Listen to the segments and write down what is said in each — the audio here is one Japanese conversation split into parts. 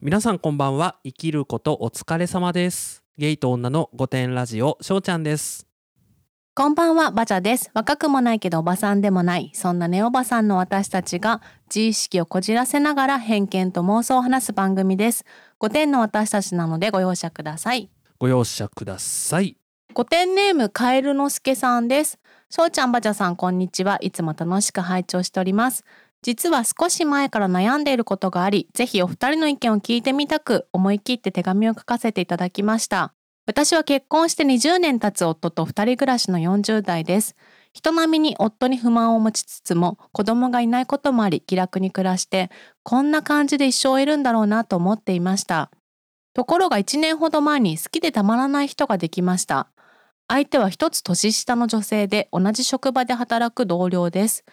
皆さんこんばんは生きることお疲れ様ですゲイと女の御殿ラジオしょうちゃんですこんばんは、バチャです。若くもないけどおばさんでもない、そんなネオバさんの私たちが、自意識をこじらせながら偏見と妄想を話す番組です。5点の私たちなのでご容赦ください。ご容赦ください5点ネーム、カエルのすけさんです。しょうちゃん、バチャさん、こんにちは。いつも楽しく拝聴しております。実は少し前から悩んでいることがあり、ぜひお二人の意見を聞いてみたく、思い切って手紙を書かせていただきました。私は結婚して20年経つ夫と二人暮らしの40代です。人並みに夫に不満を持ちつつも子供がいないこともあり気楽に暮らしてこんな感じで一生いるんだろうなと思っていましたところが1年ほど前に好きでたまらない人ができました相手は一つ年下の女性で同じ職場で働く同僚です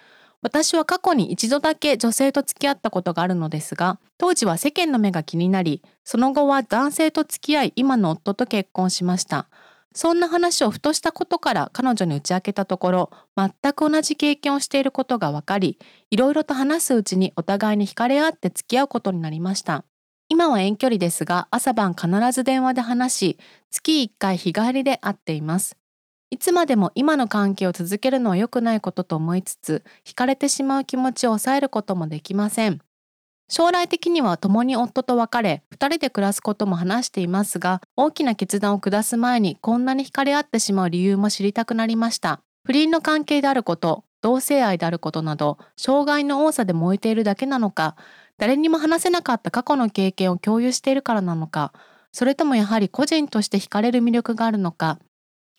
私は過去に一度だけ女性と付き合ったことがあるのですが当時は世間の目が気になりその後は男性と付き合い今の夫と結婚しましたそんな話をふとしたことから彼女に打ち明けたところ全く同じ経験をしていることが分かりいろいろと話すうちにお互いに惹かれ合って付き合うことになりました今は遠距離ですが朝晩必ず電話で話し月1回日帰りで会っていますいつまでも今の関係を続けるのは良くないことと思いつつ惹かれてしまう気持ちを抑えることもできません将来的には共に夫と別れ2人で暮らすことも話していますが大きな決断を下す前にこんなに惹かれ合ってしまう理由も知りたくなりました不倫の関係であること同性愛であることなど障害の多さで燃えているだけなのか誰にも話せなかった過去の経験を共有しているからなのかそれともやはり個人として惹かれる魅力があるのか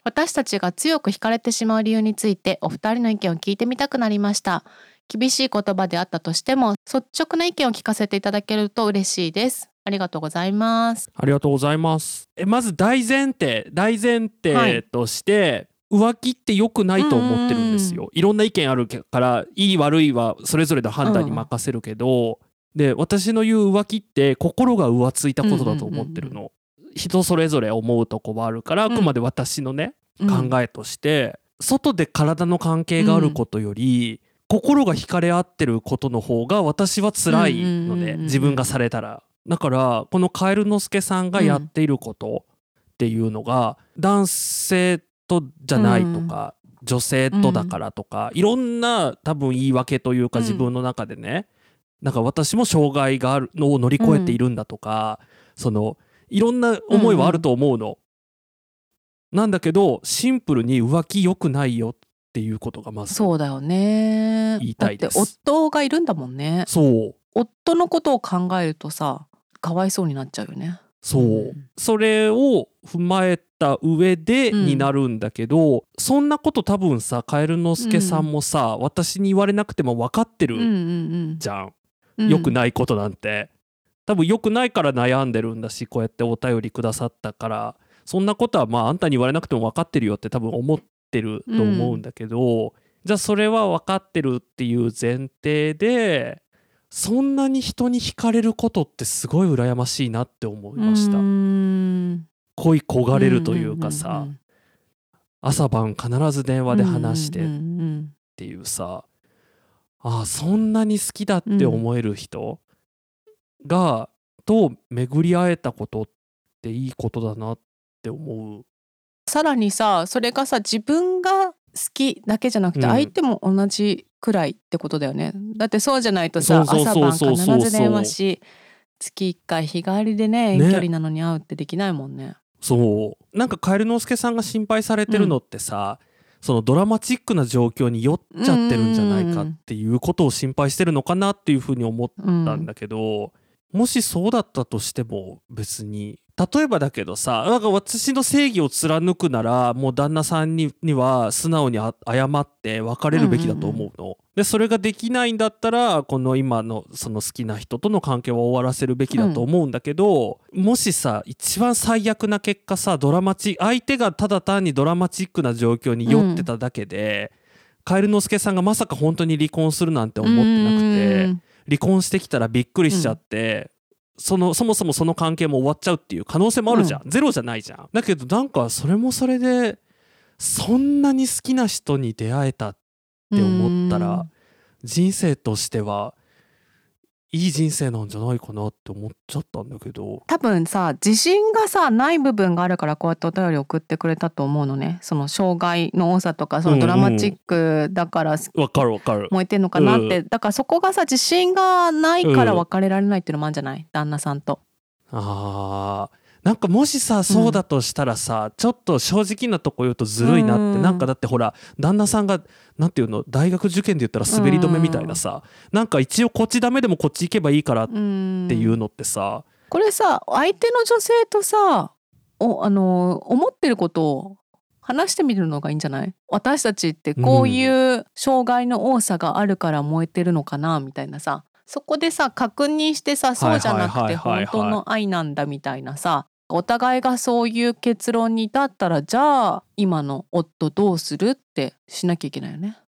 私たちが強く惹かれてしまう理由についてお二人の意見を聞いてみたくなりました厳しい言葉であったとしても率直な意見を聞かせていただけると嬉しいですありがとうございますありがとうございますえまず大前提大前提として、浮気って良くないと思ってるんですよ、いろんな意見あるからいい悪いはそれぞれの判断に任せるけど、で私の言う浮気って心が浮ついたことだと思ってるの、人それぞれ思うとこはあるからあくまで私のね、考えとして、外で体の関係があることより、心が惹かれ合ってることの方が私は辛いのうんうんうんで、うん自分がされたらだからこのカエルの助さんがやっていることっていうのが、男性とじゃないとか、女性とだからとか、いろんな多分言い訳というかうん自分の中でね、なんか私も障害があるのを乗り越えているんだとか、そのいろんな思いはあると思うの、なんだけどシンプルに浮気良くないよっていうことがまずそうだよね言いたいですだって夫がいるんだもんねそう夫のことを考えるとさかわいそうになっちゃうよねそう、うんそれを踏まえた上でうんになるんだけど、そんなこと多分さカエルの助さんもさ、私に言われなくても分かってうんうるんじゃん、うん良くいないことなんて多分良くないから悩んでるんだしこうやってお便りくださったからそんなことはまああんたに言われなくても分かってるよって多分思ってると思うんだけど、じゃあそれは分かってるっていう前提でそんなに人に惹かれることってすごい羨ましいなって思いました。恋焦がれるというかさ、朝晩必ず電話で話してっんていうさ、ああそんなに好きだって思える人が、と巡り会えたことっていいことだなって思うさらにさそれがさ自分が好きだけじゃなくてうん相手も同じくらいってことだよね、だってそうじゃないとさそうそう朝そう晩そう必ず電話し月1回日帰りでね遠ね距離なのに会うってできないもんねそうなんかカエルの助さんが心配されてるのってさ、そのドラマチックな状況に酔っちゃってるんじゃないかっていうことを心配してるのかなっていうふうに思っうんったんだけど、もしそうだったとしても別に例えばだけどさなんか私の正義を貫くならもう旦那さんにには素直にあ謝って別れるべきだと思うの。でそれができないんだったらこの今のその好きな人との関係は終わらせるべきだと思うんだけど、もしさ一番最悪な結果さドラマチ相手がただ単にドラマチックな状況に酔ってただけで、カエルの助さんがまさか本当に離婚するなんて思ってなくて。うん離婚してきたらびっくりしちゃって、そのそもそもその関係も終わっちゃうっていう可能性もあるじゃん、ゼロじゃないじゃんだけどなんかそれもそれでそんなに好きな人に出会えたって思ったら人生としてはいい人生なんじゃないかなって思っちゃったんだけど多分さ自信がさない部分があるからこうやってお便り送ってくれたと思うのねその障害の多さとかそのドラマチックだからわかるわかる燃えてんのかなって、うだからそこがさ自信がないから別れられないっていうのもあるんじゃない、旦那さんと。あーなんかもしさそうだとしたらさ、ちょっと正直なとこ言うとずるいなって、うんなんかだってほら旦那さんがなんていうの大学受験で言ったら滑り止めみたいなさ、なんか一応こっちダメでもこっち行けばいいからっうんていうのってさ、これさ相手の女性とさおあの思ってることを話してみるのがいいんじゃない私たちってこういう障害の多さがあるから燃えてるのかなみたいなさそこでさ確認してさそうじゃなくはていはいはいはいは本い当の愛なんだみたいなさお互いがそういう結論に至ったらじゃあ今の夫どうするってしなきゃいけないよね。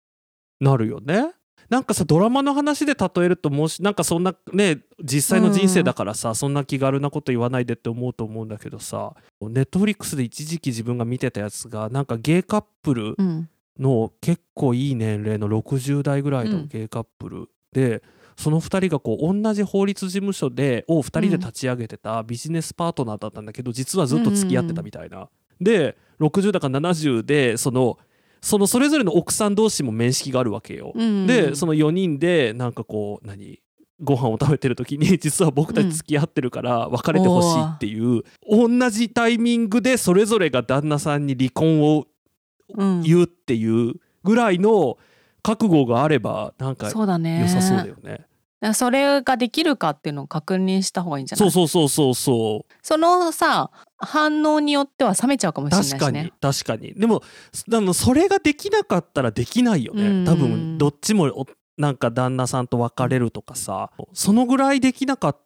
なるよね。なんかさドラマの話で例えるともしなんかそんなね実際の人生だからさ、そんな気軽なこと言わないでって思うと思うんだけどさネットフリックスで一時期自分が見てたやつがなんかゲイカップルうん、の結構いい年齢の60代ぐらいうんのゲイカップルで、その2人がこう同じ法律事務所でを2人で立ち上げてたビジネスパートナーだったんだけど実はずっと付き合ってたみたいな。で60だか70でそのそのそれぞれの奥さん同士も面識があるわけよ。うんでその4人でなんかこう何ご飯を食べてる時に 実は僕たち付き合ってるから別れてほしいっていう、同じタイミングでそれぞれが旦那さんに離婚をうん言うっていうぐらいの覚悟があればなんかそうだね良さそうだよね。だからそれができるかっていうのを確認した方がいいんじゃないそうそうそうそうそそのさ反応によっては冷めちゃうかもうしれないし確ねかに、確かにでもでもそれができなかったらできないようんね多分どっちもおなんか旦那さんと別れるとかさそのぐらいできなかっ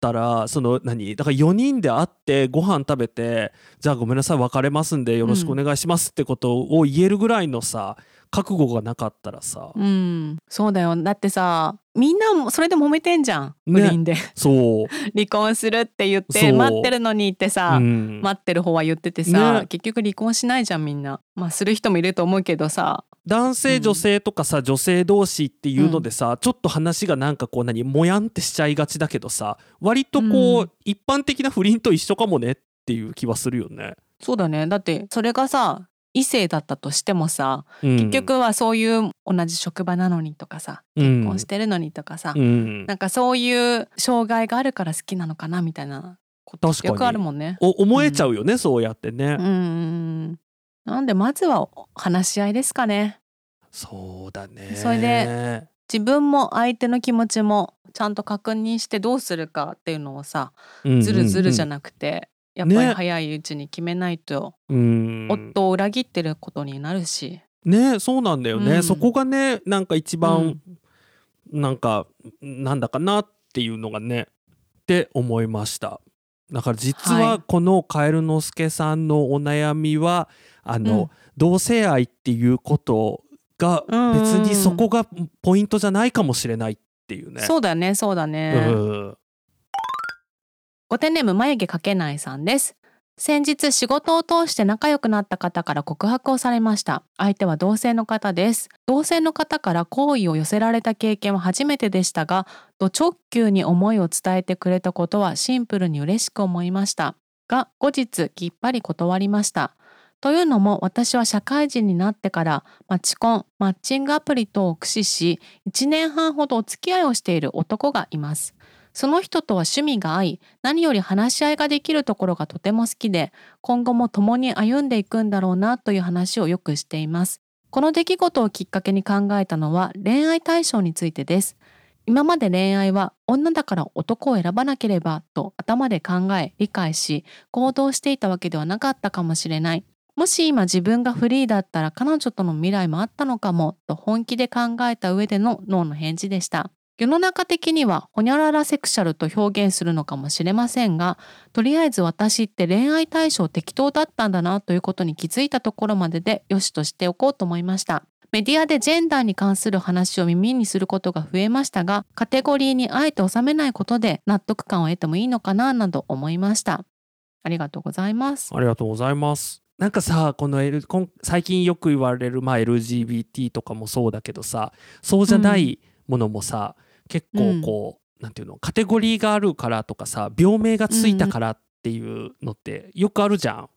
たらその何だから4人で会ってご飯食べてじゃあごめんなさい別れますんでよろしくお願いしますってことを言えるぐらいのさ覚悟がなかったらさ、うんそうだよだってさみんなもそれで揉めてんじゃん不ね倫で そう、離婚するって言っそてう待ってるのにってさ、うん待ってる方は言っててさ、ね結局離婚しないじゃんみんなまあする人もいると思うけどさ男う性ん女性とかさ、女性同士っていうのでさ、ちょっと話がなんかこう何もやんってしちゃいがちだけどさ割とこう、うん一般的な不倫と一緒かもねっていう気はするよね。そうだねだってそれがさ異性だったとしてもさ結局はそういう同じ職場なのにとかさ結離婚してるのにとかさ、うん、うんなんかそういう障害があるから好きなのかなみたいなこと確かによくあるもんね。お思えちゃうよね、そうやってね、うんうんうん。なんでまずは話し合いですかね。そうだねそれで自分も相手の気持ちもちゃんと確認してどうするかっていうのをさずるずるじゃななくて、んうんやっぱり早いうちに決めないと、うん夫を裏切ってることになるし。ねそうなんだよね、うんそこがねなんか一う番ん、なんかなんだかなっていうのがねって思いましただから実ははいこのカエルのすけさんのお悩みはあの、うん同性愛っていうことが別うんうんうんにそこがポイントじゃないかもしれないっていうね。そうだねそうだね。うんごてんネーム眉毛かけないさんです。先日仕事を通して仲良くなった方から告白をされました。相手は同性の方です。同性の方から好意を寄せられた経験は初めてでしたが、ド直球に思いを伝えてくれたことはシンプルに嬉しく思いました。が、後日きっぱり断りました。というのも私は社会人になってからマチコン、マッチングアプリ等を駆使し、1年半ほどお付き合いをしている男がいます。その人とは趣味が合い、何より話し合いができるところがとても好きで今後も共に歩んでいくんだろうなという話をよくしていますこの出来事をきっかけに考えたのは恋愛対象についてです今まで恋愛は女だから男を選ばなければと頭で考え理解し行動していたわけではなかったかもしれないもし今自分がフリーだったら彼女との未来もあったのかもと本気で考えた上での脳の返事でした世の中的にはホニャララセクシャルと表現するのかもしれませんがとりあえず私って恋愛対象適当だったんだなということに気づいたところまででよしとしておこうと思いましたメディアでジェンダーに関する話を耳にすることが増えましたがカテゴリーにあえて収めないことで納得感を得てもいいのかななど思いましたありがとうございますありがとうございます。なんかさこの、L、こん最近よく言われる、まあ、LGBT とかもそうだけどさそうじゃないものもさ、結構こなんていうのカテゴリーがあるからとかさ病名がついたからっていうのってよくあるじゃん。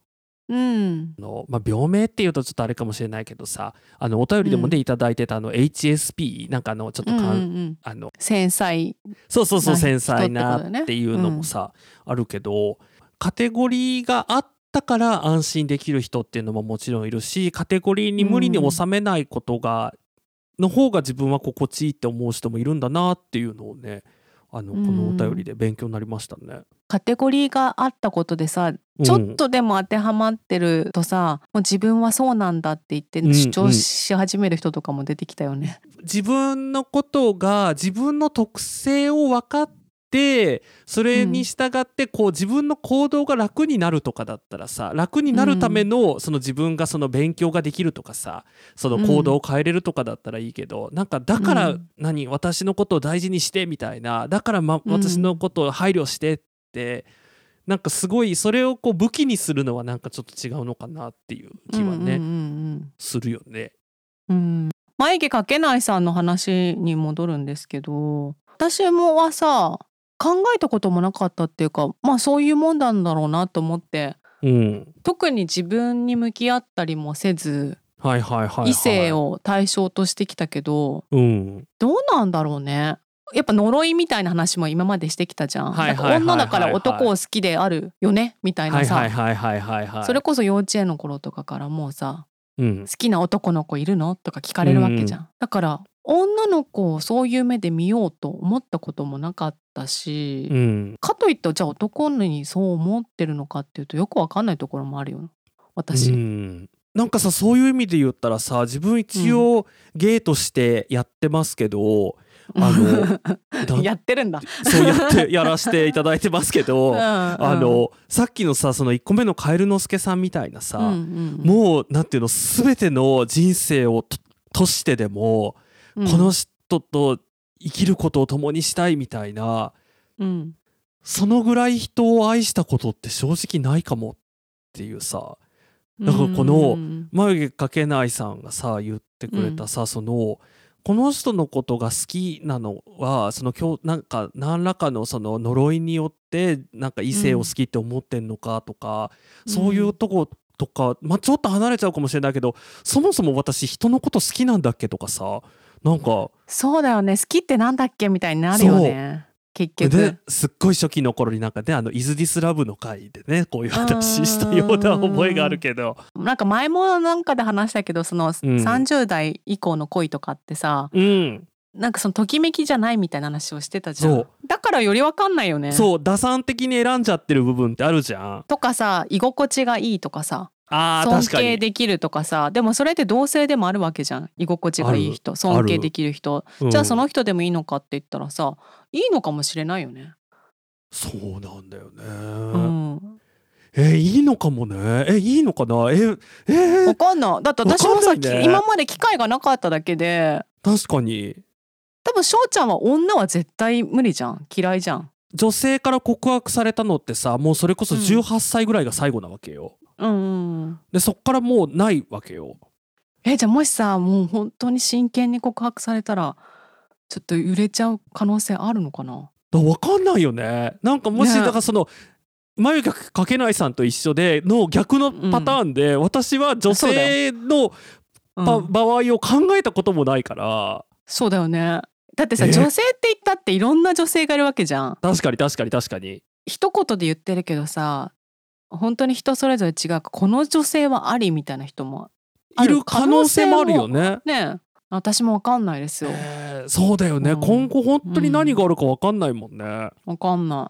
うんあのまあ、病名っていうとちょっとあれかもしれないけどさあのお便りでもね、いただいてたあの HSP なんかあのちょっとうんうかん、んあの繊細そうそうそうな繊細人ってことだよねなっていうのもさ、あるけどカテゴリーがあったから安心できる人っていうのももちろんいるしカテゴリーに無理に収めないことが、の方が自分は心地いいって思う人もいるんだなっていうのをねあのこのお便りで勉強になりましたね。カテゴリーがあったことでさうんちょっとでも当てはまってるとさ、もう自分はそうなんだって言ってうん主張し始める人とかも出てきたよね。自分のことが自分の特性を分かってそれに従ってこう自分の行動が楽になるとかだったらさ楽になるためのその自分がその勉強ができるとかさその行動を変えれるとかだったらいいけどなんかだかうらん何私のことを大事にしてみたいなだからまうん私のことを配慮してってなんかすごいそれをこう武器にするのはなんかちょっと違うのかなっていう 気はうんねうんするよね。うんうんうん眉毛かけないさんの話に戻るんですけど私もはさ考えたこともなかったっていうかまあそういうもんなんだろうなと思ってうん特に自分に向き合ったりもせずはいはいはいはい、異性を対象としてきたけどうんどうなんだろうねやっぱ呪いみたいな話も今までしてきたじゃんはいはいはいはい女だから男を好きであるよねみたいなさ、はいはいはいはいはいはい。それこそ幼稚園の頃とかからもうさうん好、きな男の子いるのとか聞かれるわけじゃん、だから女の子をそういう目で見ようと思ったこともなかったし、うん、かといってじゃあ男にそう思ってるのかっていうとよくわかんないところもあるよ私、うんなんかさそういう意味で言ったらさ自分一応ゲーとしてやってますけど、あ だやってるんだ、そうやってやらせていただいてますけど、ああのさっきのさその1個目のカエルの助さんみたいなさ、うもうなんていうの全ての人生をととしてでも、んこの人と生きることを共にしたいみたいなうんそのぐらい人を愛したことって正直ないかもっていうさ。なんかこのうん眉毛かけないさんがさ言ってくれたさ、そのこの人のことが好きなのはその今日なんか何らかのその呪いによってなんか異性を好きって思ってんのかとか、そういうとことか、まあ、ちょっと離れちゃうかもしれないけどそもそも私人のこと好きなんだっけとかさなんかそうだよね好きってなんだっけみたいになるよね結局ですっごい初期の頃になんかね「あのイズ・ディス・ラブ」の回でねこういう話したような覚えがあるけど。なんか前もなんかで話したけどその30代以降の恋とかってさ、うんなんかそのときめきじゃないみたいな話をしてたじゃそんうだからよりわかんないよねそう打算的に選んじゃってる部分ってあるじゃん。とかさ居心地がいいとかさあー尊確か敬に。できるとかさでもそれって同性でもあるわけじゃん居心地がいい人尊敬できる人うんじゃあその人でもいいのかって言ったらさいいのかもしれないよね。そうなんだよね。うん、えいいのかもね。えいいのかな。ええわーかんないだって私もさ、わかんないねき今まで機会がなかっただけで確かに多分翔ちゃんは女は絶対無理じゃん嫌いじゃん。女性から告白されたのってさもうそれこそうん18歳ぐらいが最後なわけよ。うんうんうん、でそっからもうないわけよ。えじゃあもしさもう本当に真剣に告白されたらちょっと揺れちゃう可能性あるのかなだわかんないよね。なんかもしねだからその眉毛かけないさんと一緒での逆のパターンで、私は女そうだ性のうんば、場合を考えたこともないからそうだよねだってさえ女性って言ったっていろんな女性がいるわけじゃん確かに確かに確かに。一言で言ってるけどさ本当に人それぞれ違うこの女性はありみたいな人もあいる可能性もあるよね。ねえ私もわかんないですよえーそうだよね、うん今後本当に何があるか分かんないもんね。わかんない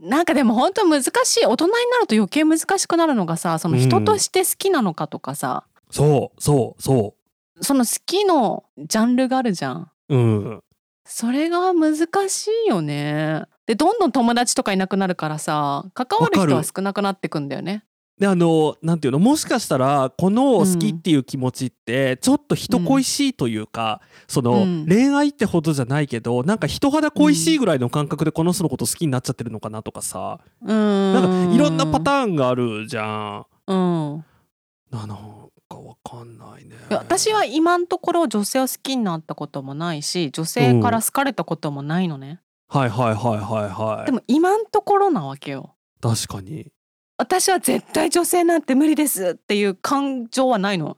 なんかでも本当難しい大人になると余計難しくなるのがさその人として好きなのかとかさ、そうそうそその好きのジャンルがあるじゃんう。うん。それが難しいよねでどんどん友達とかいなくなるからさ関わわるか人るは少なくなってくんだよねであのなんていうのもしかしたらこの好きっていう気持ちってちょっと人恋しいというか、その、うん恋愛ってほどじゃないけどなんか人肌恋しいぐらいの感覚でこの人のこと好きになっちゃってるのかなとかさ、うんなんかいろんなパターンーンがあるじゃん。うんあのかわかんないねいや私は今のところ女性を好きになったこともないし女性から好かれたこともないのね、はいはいはいはいはいでも今のところなわけよ確かに私は絶対女性なんて無理ですっていう感情はないの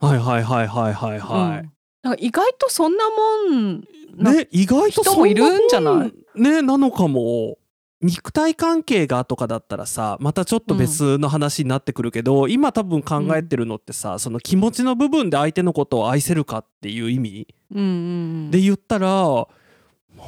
はいはいはいはいはいはい、うんなんか意外とそんなもんなね意外と人そもんいなもるんじゃないねなのかも肉体関係がとかだったらさまたちょっと別の話になってくるけど、今多分考えてるのってさ、その気持ちの部分で相手のことを愛せるかっていう意味うんうんで言ったら、も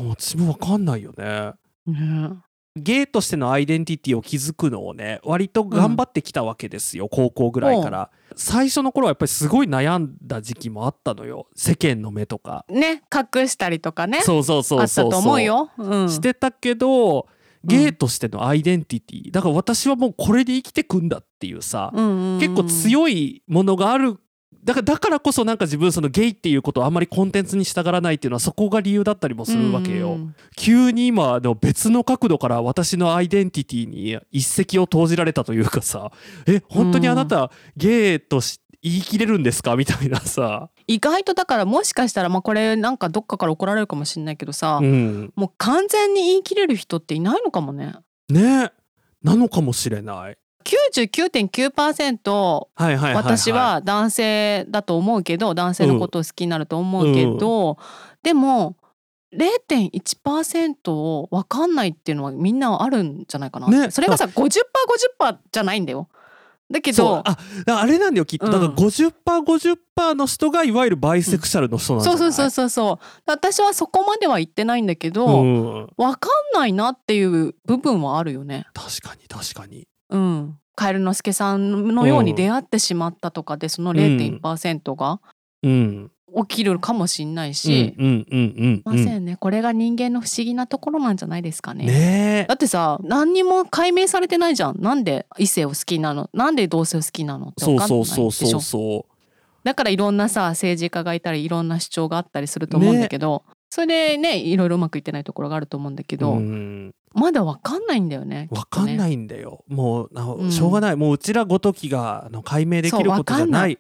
う私もわかんないよね。うんねゲイとしてのアイデンティティを築くのをね割と頑張ってきたわけですよ、高校ぐらいから最初の頃はやっぱりすごい悩んだ時期もあったのよ世間の目とかね隠したりとかねそうそうそうそうそうあったと思うよ、うん、してたけどゲイとしてのアイデンティティ、だから私はもうこれで生きてくんだっていうさ、うんうんうん結構強いものがあるだからだからこそなんか自分そのゲイっていうことをあんまりコンテンツに従らないっていうのはそこが理由だったりもするわけよ。うん急に今の別の角度から私のアイデンティティに一石を投じられたというかさえ本当にあなたゲイとし言い切れるんですかみたいなさ、意外とだからもしかしたらまあこれなんかどっかから怒られるかもしれないけどさ、うん、もう完全に言い切れる人っていないのかもねねなのかもしれない。 99.9%はいはいはい、はい、私は男性だと思うけど男性のことを好きになると思うけど、でも0.1%を分かんないっていうのはみんなあるんじゃないかな、ねそれがさ 50%50% じゃないんだよだけそうどあだあれなんだよきっと、うんだから 50%50% の人がいわゆるバイセクシャルの人なんじそゃうなそいうそうそうそう私はそこまでは言ってないんだけど、うん、分かんないなっていう部分はあるよね。確かに確かにうん、カエルの助さんのように出会ってしまったとかでその0.1%がうん起きるかもしんないし、うんうんうんうんませんねこれが人間の不思議なところなんじゃないですかね。ねえだってさ何にも解明されてないじゃんなんで異性を好きなのなんで同性を好きなのってそ分うかんないそでうしそょうそうそうだからいろんなさ政治家がいたりいろんな主張があったりすると思うんだけど、それでねいろいろうまくいってないところがあると思うんだけど、うんまだ分かんないんだよね。わかんいないんだよもうあのうんしょうがない、もううちらごときがあの解明できることじゃない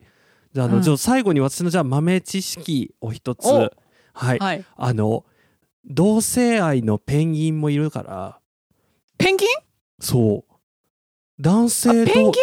じゃああの、うんじゃあ最後に私のじゃあ豆知識を一つおはい、はい、あの同性愛のペンギンもいるからペンギンそう男性あペンとギ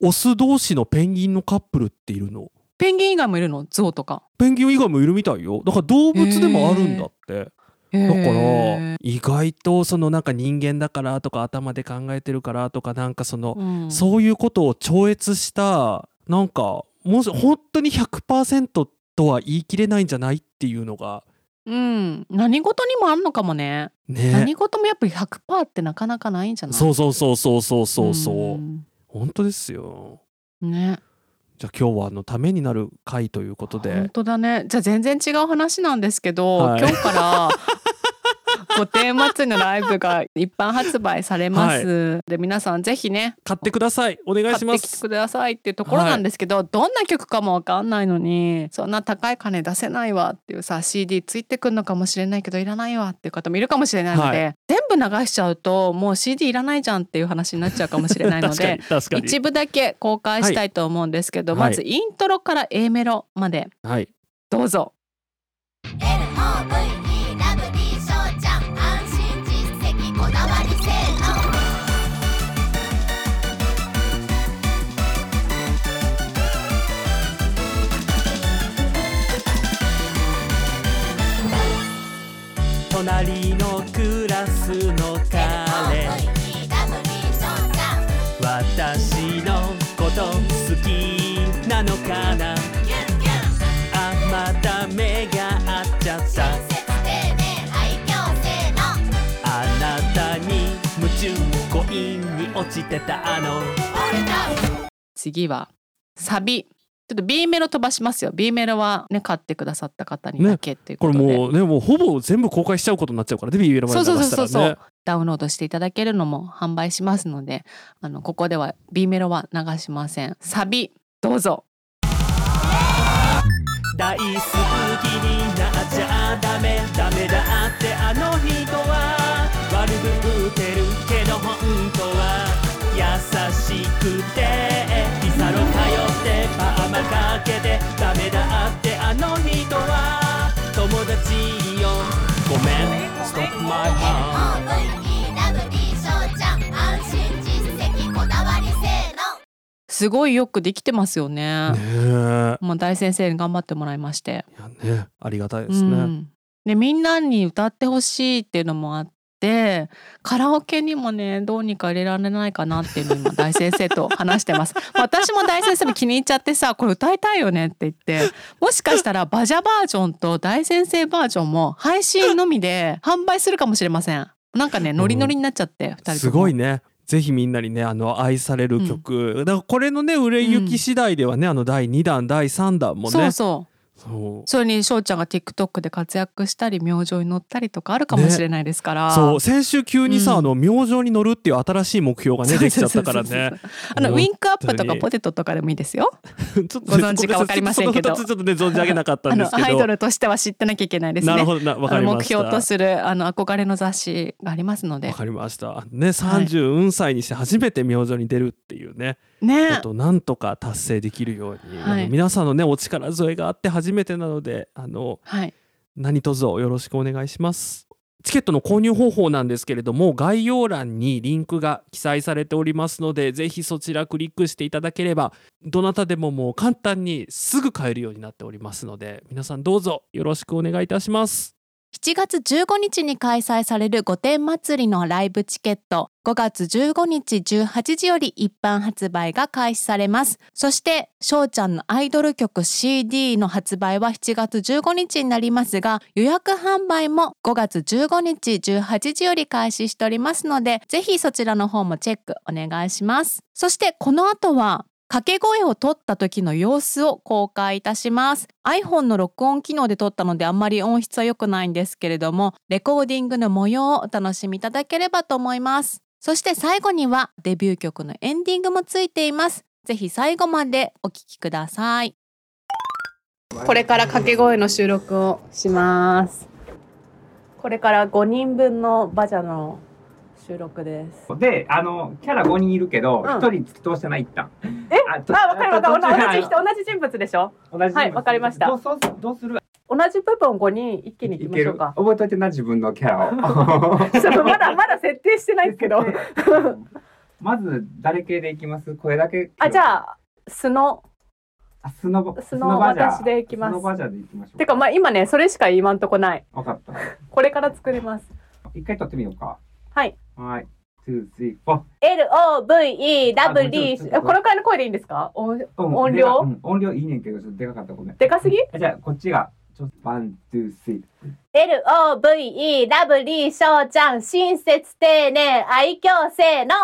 オス同士のペンギンのカップルっているのペンギン以外もいるの象とか。ペンギン以外もいるみたいよだから動物でもあるんだってだだから意外とそのなんか人間だからとか頭で考えてるからとかなんかそのうん、そういうことを超越したなんかもし本当に100%とは言い切れないんじゃないっていうのがうん、何事にもあんのかもね。ね何事もやっぱり100%ってなかなかないんじゃないそうそうそうそうそうそうそううん本当ですよねじゃあ今日はあのためになる回ということ本で当だねじゃあ全然違う話なんですけど、はい今日から 御殿祭りのライブが一般発売されます、で皆さんぜひね買ってくださいお願い買しっまてきてすくださいっていうところなんですけど、どんな曲かもわかんないのにそんな高い金出せないわっていうさ CD ついてくるのかもしれないけどいらないわっていう方もいるかもしれないので、は全部流しちゃうともう CD いらないじゃんっていう話になっちゃうかもしれないので 確かに一部だけ公開したいと思うんですけど、はいまずイントロから A メロまではいどうぞ LOVED 翔ちゃん安心実績こだわり性能隣のクラスの LOVED 翔ちゃん私のこと好きなのかなキュンキュンあまた目が合っちゃった親切丁寧愛嬌性能あなたに夢中恋に落ちてたあのオルタ次はサビちょっと B メロ飛ばしますよ B メロはね買ってくださった方にだけっていうここれとで、もうねもうほぼ全部公開しちゃうことになっちゃうからね BBL まそうでそう流そしたうそらうそう、ねダウンロードしていただけるのも販売しますのであのここでは B メロは流しませんサビどうぞ大好きになっちゃダメダメだってあの人は悪く打てるけど本当は優しくてピサロ通ってパー OVEW マイマン翔ちゃん安心実績こだわり性能すごいよくできてますよね。ねまあ、大先生に頑張ってもらいまして。えいやねありがたいですね、うんでみんなに歌ってほしいっていうのもあってカラオケにもねどうにか入れられないかなっていうのを今大先生と話して ます私も大先生も気に入っちゃってさこれ歌いたいよねって言ってもしかしたらバジャバージョンと大先生バージョンも配信のみで販売するかもしれませんなんかねノリノリになっちゃって、二人ともすごいねぜひみんなにねあの愛される曲、だからこれのね売れ行き次第ではね、あの第2弾第3弾もねそうそうそうそれに翔ちゃんが TikTok で活躍したり明星に乗ったりとかあるかもしれないですから、そう先週急にさ、うんあの明星に乗るっていう新しい目標が ねできちゃったからそうそうそねうそう。あのウィンクアップと本当かにポテトとかでもいいですよ。 ちょっとねご存知かわかりませんけどそこその二つちょっとね存じ上げなかった あんでのすけど。アイドルとしては知ってなきゃいけないですね。なるほどなわあかりのました。目標とするあの憧れの雑誌がありますのわでかりました。ね三十運歳にして初めて明星に出るっていうね。こねとをなんとか達成できるように、はあいの皆さんのねお力添えがあって初めてなのであのはい何卒よろしくお願いします。チケットの購入方法なんですけれども概要欄にリンクが記載されておりますのでぜひそちらクリックしていただければどなたでももう簡単にすぐ買えるようになっておりますので皆さんどうぞよろしくお願いいたします。 7月15日に開催される御殿祭りのライブチケット5月15日18時より一般発売が開始されますそして翔ちゃんのアイドル曲 CD の発売は7月15日になりますが予約販売も5月15日18時より開始しておりますのでぜひそちらの方もチェックお願いしますそしてこの後は掛け声を取った時の様子を公開いたします iPhone の録音機能で撮ったのであんまり音質は良くないんですけれどもレコーディングの模様をお楽しみいただければと思いますそして最後にはデビュー曲のエンディングもついていますぜひ最後までお聞きくださいこれから掛け声の収録をしますこれから5人分のバジャの収録ですで、あの、キャラ5人いるけど、うん1人突き通してないった。えあ、わあ、わかるわかる。同じ人、同じ人物でしょ同じ人はいわかりましたどうそうどうする同じ部分を5人一気に行きましょうか。覚えといてな、自分のキャ ラを。ちょっとまだまだ設定してないですけ ど。まず、誰系でいきます声だけ。あ、じあ、ゃあ、素の。スノボ、スノバジャー私でいきますスノバジャーでいきましょう。てか、まあ今ね、それしか今んとこない。わかった。これから作ります。一回撮ってみようか。はい。はい。2、3、4。 L-O-V-E-W-D えこのくらいの声でいいんですかおうん音量でかうん音量いいねんけど、ちょっとでかかった。ごめん。でかすぎあじゃあ、こっちが、ちょっと、ワン、ツー、スリー。 ?L-O-V-E-W-D しょうちゃん、親切、丁寧、愛嬌、性の。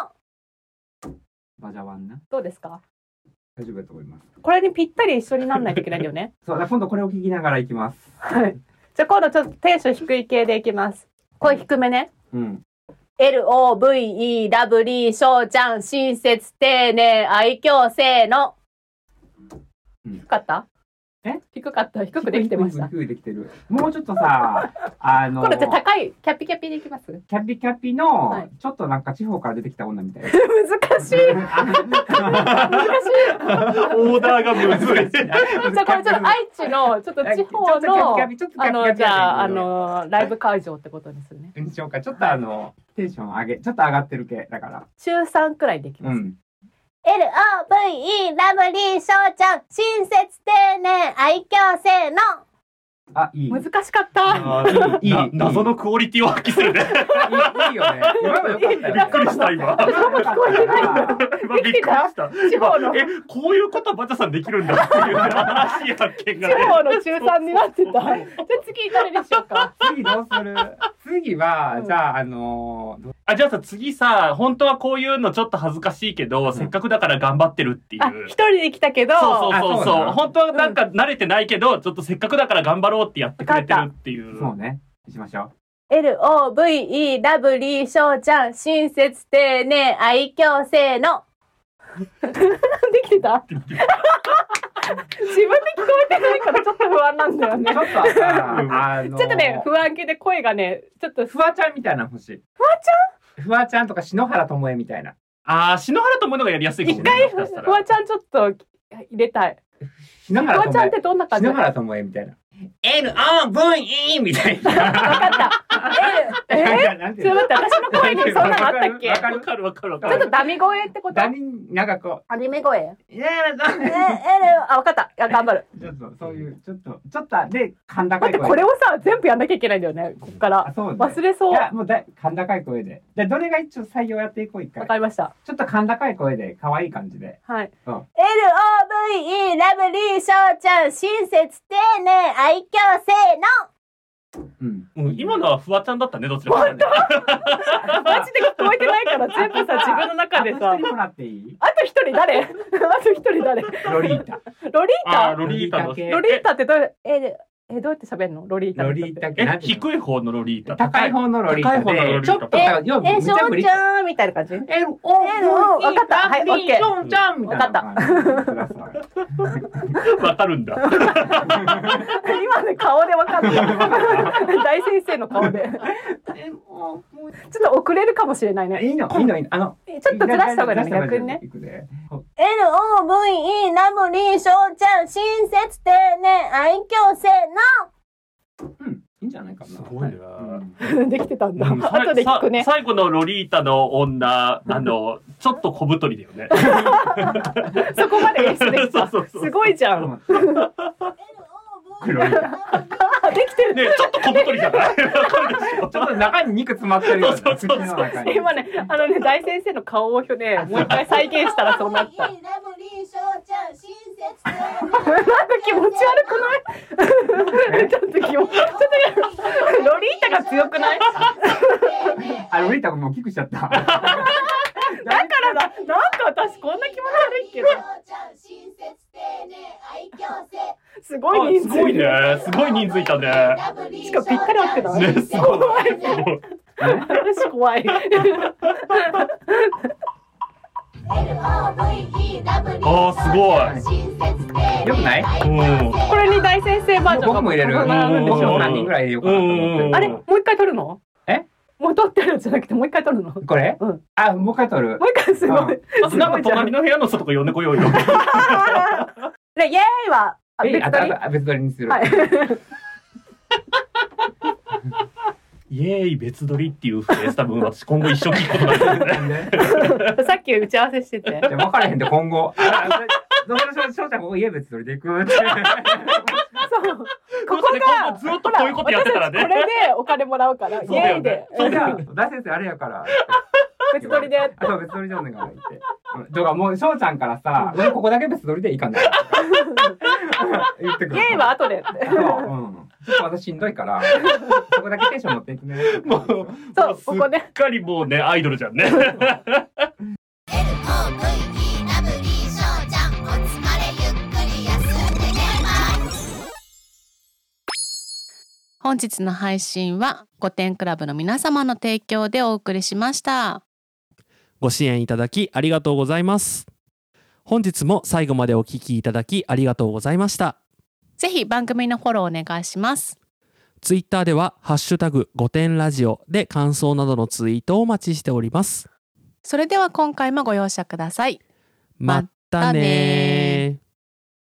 バジャーワンな。どうですか大丈夫だと思います。これにぴったり一緒になんないといけないんだよね。 そう、だから今度これを聞きながらいきます。はい。じゃあ今度ちょっとテンション低い系でいきます。声低めね。うん。 L-O-V-E-W-D しょうちゃん、親切、丁寧、愛嬌、性の。うん低かったえ低かった。低くできてました。低いできてる。もうちょっ とさ、あの今、度じゃあ高い、キャピキャピでいきますキャピキャピはのい、ちょっとなんか地方から出てきた女みた いな。難しい。難しオーダーがむず い。い。じゃあこれちょっと愛知の、ちょっと地方ちょのっとキャピキャピちょっ、とキあャピキャピの、じゃあ、あやねんけどの、ライブ会場ってことにするね。にしようか。ちょっとあの、テンション上げ、ちょっと上がってる系だから。中3くらいできうます。ん。 LOVEW 翔ちゃん親切丁寧愛嬌性能あ、いい。難しかった。いいな謎のクオリティを発揮するね。いいいいよね。今のよかったよね。びっくりした 今。今のよかったな今びっくりした。地方のえ、こういうことバチャさんできるんだっていう新しい発見地がね。方の中3になってた。じゃあ次誰でしょうか。次どうする次は、じゃあ、あのー、あ、じゃあさ、次さ、本当はこういうのちょっと恥ずかしいけど、せっかくだから頑張ってるっていう。あ、一人で来たけど、そうそうそうあそうなそう。の本当はなんか慣れてないけど、ちょっとせっかくだから頑張ろうってやってくれてるっていう。そうね。しましょ L-O-V-E-W 翔ちゃん、親切、丁寧、愛嬌、性の。できてた自分で聞こえてないからちょっと不安なんだよう。ちょねっ。とさ、あの ー、ちょっとね、不安気で声がね、ちょっと、フワちゃんみたいなの欲しい。フワちゃんフワちゃんとか篠原ともえみたいな。ああ、篠原とものがやりやすいかも一ね。回、もしかしたらフワちゃんちょっと入れたい。篠フ原ワとちもゃんえってどんな感じ篠わか原ともえみたいな。N-O-V-E みたいな。 った。なんかなんてちいょうっのと待って、私の 声にそんなのあったっけわちかるわかるわかるわかょっる。とダミ声ってことダニンなんかこアニメ声ういやーなんえ、えか、あ、わかった。あ頑張る。ちょっとそういうちょっとちょっとで甲高待いって、声これをさ、全部やんなきゃいけないんだよね。こっからあ。そうね忘れそう。いやわもうだ甲高い声ででどれが一応採用やっていこう一回かりました。ちょっと甲高い声で可愛い感じではい。うん LOVE ラブリーしょうちゃん親切丁寧愛嬌せうんうん今のはフワちゃんだったね、どちらかというとね。ーの マジで聞こえてないから全部さ自分の中でさあと一人もらっていいあと一人誰 あと一人誰ロリータロリーあータロリータの。ロリータ系ロリータってどうええどうやって喋るのロリータのロ人ってリータ系えなん、ていうの低い方のロリータ。高い方のロリータで高い方のロリータちょっと高い要はえめちしゃょ無う理ちゃんみたいな感じ L O O わかったはい OK ションちゃんみたいな感じでください。わかるんだ。今ね顔で分かった 大先生の顔でえもうもうちょっと遅れるかもしれないねいいのいいのいいのあの ちょっとずらした方がいいね逆にね。いくで LOVE ラブリーしょうちゃん親切丁寧愛嬌せうんいいんじゃないかな。すごいねのできてたんだうん後で聞くねさ最後のロリータの女、あ の、ちょっと小太りだよね。 そこまで演出できそたうそうそうすごいじゃん黒い。あできてるねちょっと小太りじゃないわかるでしょちょっと中に肉詰まってるよね。そうそうそう口の中に 今ね、あのね、大先生の顔をね、もう一回再現したらそうなった。なんか気持ち悪くない ちょっと気持ち、ちょっと、ロリータが強くないだかあロリータもう大きくしち ゃった。 だからだ、なんか私こんな気持ち悪いけど、すごいあ人す数。ごいね。すごい人数いたね。ししかもぴったり合ってないね、すごい。私怖い。あーすごいよくないうんこれに大先生バージョンが僕も入れる。僕も入れるんで僕しうもんょ何人ぐらい入れようかなと思ってうんる。あれ、もう一回撮るのえもう撮ってるんじゃなくて、もう一回撮るのもうこれうん？あもう一回撮る。一回すごい。あとなんか 隣の部屋の人とか呼んでこようよ。で、イエーイは、あえ別あた撮りあた別撮りにする。はい。イエーイ、別撮りっていうフレーズ多分私今後一生聞くことないですね。ね さっき打ち合わせしてて。じゃ分からへんで 今後。あどうしようしょうちゃんここ家別撮りでいくって。そう。ここが、ずっとこういうことやってたらねほ私ちこれでお金もらうから、イ そうだェよイでね。それじゃあ大先生あれやから。別撮り でやって。あそう別撮りでお願いって。うんだからもうしょうちゃんからさ、俺ここだけ別撮りでいいかな。 言ってくイる。ェイは後で。そううん。ちょっと私しんどいから、そこだけテンション持ってい くね。もう、そもう、すここね。っかりもうね、アイドルじゃんね。ラブリーしょうちゃんお疲れゆっくり休んでね本日の配信は御殿クラブの皆様の提供でお送りしましたご支援いただきありがとうございます。本日も最後までお聞きいただきありがとうございました。ぜひ番組のフォローお願いしますツイッターでは、ハッシュタグ、5点ラジオで感想などのツイートをお待ちしております。それでは今回もご容赦くださいまったねー。